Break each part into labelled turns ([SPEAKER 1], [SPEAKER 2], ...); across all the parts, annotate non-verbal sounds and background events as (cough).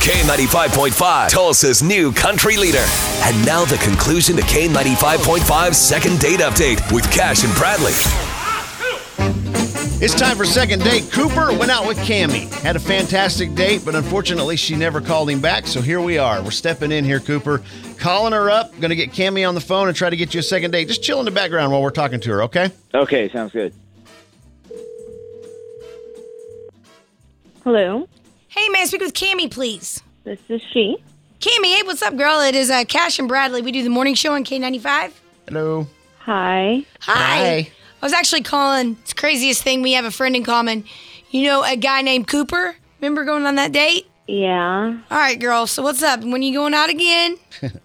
[SPEAKER 1] K95.5, Tulsa's new country leader. And now the conclusion to K95.5's second date update with Cash and Bradley.
[SPEAKER 2] It's time for second date. Cooper went out with Cammy. Had a fantastic date, but unfortunately she never called him back. So here we are. We're stepping in here, Cooper. Calling her up. Going to get Cammy on the phone and try to get you a second date. Just chill in the background while we're talking to her, okay?
[SPEAKER 3] Okay, sounds good.
[SPEAKER 4] Hello,
[SPEAKER 5] Hey, may I speak with Cammy, please?
[SPEAKER 4] this is she.
[SPEAKER 5] Cammy, hey, what's up, girl? It is uh, Cash and Bradley. We do the morning show on K95. Hi.
[SPEAKER 2] Hello.
[SPEAKER 4] Hi.
[SPEAKER 2] Hi.
[SPEAKER 5] I was actually calling. It's the craziest thing. We have a friend in common. You know a guy named Cooper? Remember going on that date?
[SPEAKER 4] Yeah.
[SPEAKER 5] All right, girl. So what's up? When you going out again?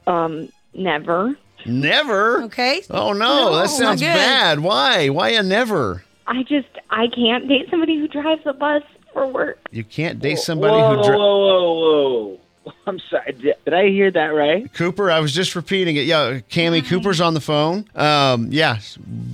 [SPEAKER 4] Um, never.
[SPEAKER 2] Never.
[SPEAKER 5] Okay.
[SPEAKER 2] Oh, no.
[SPEAKER 5] No,
[SPEAKER 2] that sounds
[SPEAKER 5] not good.
[SPEAKER 2] bad. Why? Why a never?
[SPEAKER 4] I just I can't date somebody who drives a bus for work.
[SPEAKER 2] You can't date somebody
[SPEAKER 3] whoa,
[SPEAKER 2] who dri-
[SPEAKER 3] whoa, whoa, whoa! I'm sorry. Did, did I hear that right?
[SPEAKER 2] Cooper, I was just repeating it. Yeah,
[SPEAKER 5] Mm-hmm.
[SPEAKER 2] Cammy Cooper's on the phone. Um, yeah.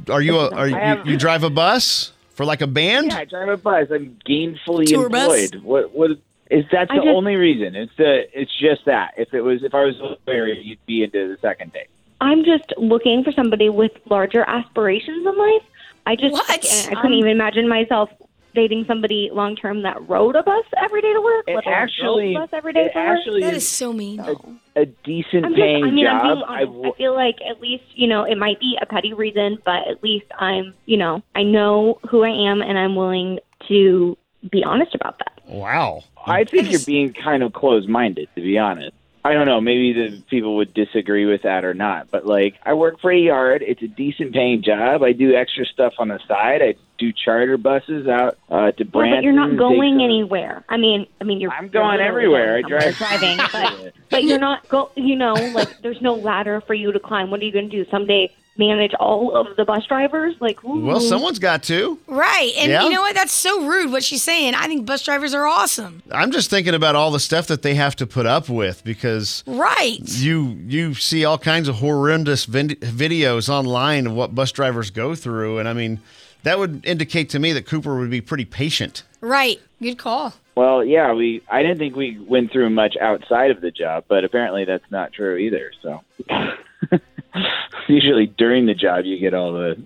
[SPEAKER 2] Are you a, are you,
[SPEAKER 3] have-
[SPEAKER 2] you drive a bus for like a band?
[SPEAKER 3] Yeah, I drive a bus. I'm gainfully
[SPEAKER 5] Tour bus?
[SPEAKER 3] employed. What? What? Is that
[SPEAKER 4] I
[SPEAKER 3] the
[SPEAKER 4] just-
[SPEAKER 3] only reason? It's the. It's just that. If it was, if I was married, you'd be into the second date.
[SPEAKER 4] I'm just looking for somebody with larger aspirations in life. I just
[SPEAKER 5] What?
[SPEAKER 4] I couldn't even imagine myself dating somebody long term that rode a bus every day to work.
[SPEAKER 3] It
[SPEAKER 4] let alone
[SPEAKER 3] actually,
[SPEAKER 4] drove a bus every day
[SPEAKER 3] it
[SPEAKER 4] to work.
[SPEAKER 3] actually
[SPEAKER 5] That
[SPEAKER 3] is
[SPEAKER 5] is so mean.
[SPEAKER 3] a decent
[SPEAKER 4] I'm just,
[SPEAKER 3] paying
[SPEAKER 4] I mean,
[SPEAKER 3] job.
[SPEAKER 4] I'm being
[SPEAKER 3] I
[SPEAKER 4] honest. I,
[SPEAKER 3] w-
[SPEAKER 4] feel like at least, you know, it might be a petty reason, but at least I'm, you know, I know who I am and I'm willing to be honest about that.
[SPEAKER 2] Wow.
[SPEAKER 3] I think you're being kind of closed minded, to be honest. I don't know. Maybe the people would disagree with that or not. But like, I work for a yard. It's a decent paying job. I do extra stuff on the side. I do charter buses out uh, to
[SPEAKER 4] Well,
[SPEAKER 3] Branson.
[SPEAKER 4] but you're not
[SPEAKER 3] take
[SPEAKER 4] going
[SPEAKER 3] some-
[SPEAKER 4] anywhere. I mean, I mean, you're.
[SPEAKER 3] I'm
[SPEAKER 4] you're
[SPEAKER 3] going
[SPEAKER 4] literally
[SPEAKER 3] everywhere. I
[SPEAKER 4] somewhere
[SPEAKER 3] drive
[SPEAKER 4] driving,
[SPEAKER 3] (laughs)
[SPEAKER 4] but, but you're not go. You know, like there's no ladder for you to climb. What are you going to do someday? Manage all of the bus drivers? Like, ooh,
[SPEAKER 2] Well, someone's got to.
[SPEAKER 5] Right. And
[SPEAKER 2] Yeah.
[SPEAKER 5] you know what? That's so rude what she's saying. I think bus drivers are awesome.
[SPEAKER 2] I'm just thinking about all the stuff that they have to put up with because
[SPEAKER 5] Right.
[SPEAKER 2] you you see all kinds of horrendous vid- videos online of what bus drivers go through, and I mean that would indicate to me that Cooper would be pretty patient.
[SPEAKER 5] Right. Good call.
[SPEAKER 3] Well, yeah, we. I didn't think we went through much outside of the job, but apparently that's not true either. So, (laughs) usually during the job, you get all the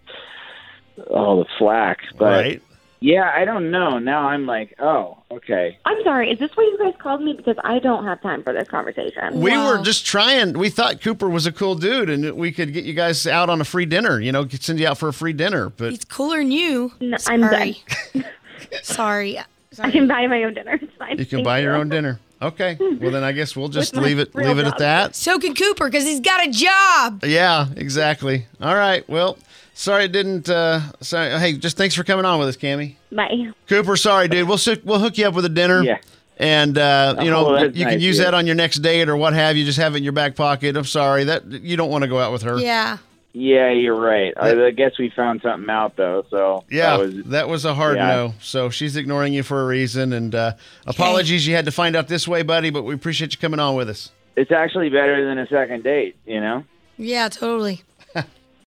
[SPEAKER 3] all the flack. But
[SPEAKER 2] right?
[SPEAKER 3] yeah, I don't know. Now I'm like, oh, okay.
[SPEAKER 4] I'm sorry. Is this why you guys called me? Because I don't have time for this conversation.
[SPEAKER 2] We were
[SPEAKER 5] Wow.
[SPEAKER 2] just trying. We thought Cooper was a cool dude, and that we could get you guys out on a free dinner. You know, send you out for a free dinner. But
[SPEAKER 5] It's cooler than you.
[SPEAKER 4] No, I'm
[SPEAKER 5] Sorry. (laughs) Sorry.
[SPEAKER 4] I can buy my own dinner. It's fine.
[SPEAKER 2] you can
[SPEAKER 4] Thank
[SPEAKER 2] buy your own dinner. Okay. Well, then I guess we'll just
[SPEAKER 4] my
[SPEAKER 2] leave it
[SPEAKER 4] real
[SPEAKER 2] leave it at
[SPEAKER 4] job.
[SPEAKER 2] that.
[SPEAKER 5] So can Cooper because he's got a job.
[SPEAKER 2] Yeah, exactly. All right. Well, sorry it didn't. Uh, sorry. Hey, just thanks for coming on with us, Cammy.
[SPEAKER 4] Bye.
[SPEAKER 2] Cooper, sorry, dude. We'll sit, we'll hook you up with a dinner.
[SPEAKER 3] Yeah.
[SPEAKER 2] And uh, you know
[SPEAKER 3] Oh, that's
[SPEAKER 2] you can
[SPEAKER 3] nice,
[SPEAKER 2] use
[SPEAKER 3] yeah.
[SPEAKER 2] that on your next date or what have you. Just have it in your back pocket. I'm sorry that you don't want to go out with her.
[SPEAKER 5] Yeah.
[SPEAKER 3] Yeah, you're right. I, I guess we found something out though. So
[SPEAKER 2] Yeah,
[SPEAKER 3] that was
[SPEAKER 2] a hard
[SPEAKER 3] yeah.
[SPEAKER 2] no. So she's ignoring you for a reason. And uh, apologies, you had to find out this way, buddy. But we appreciate you coming on with us.
[SPEAKER 3] it's actually better than a second date. You know.
[SPEAKER 5] Yeah, totally.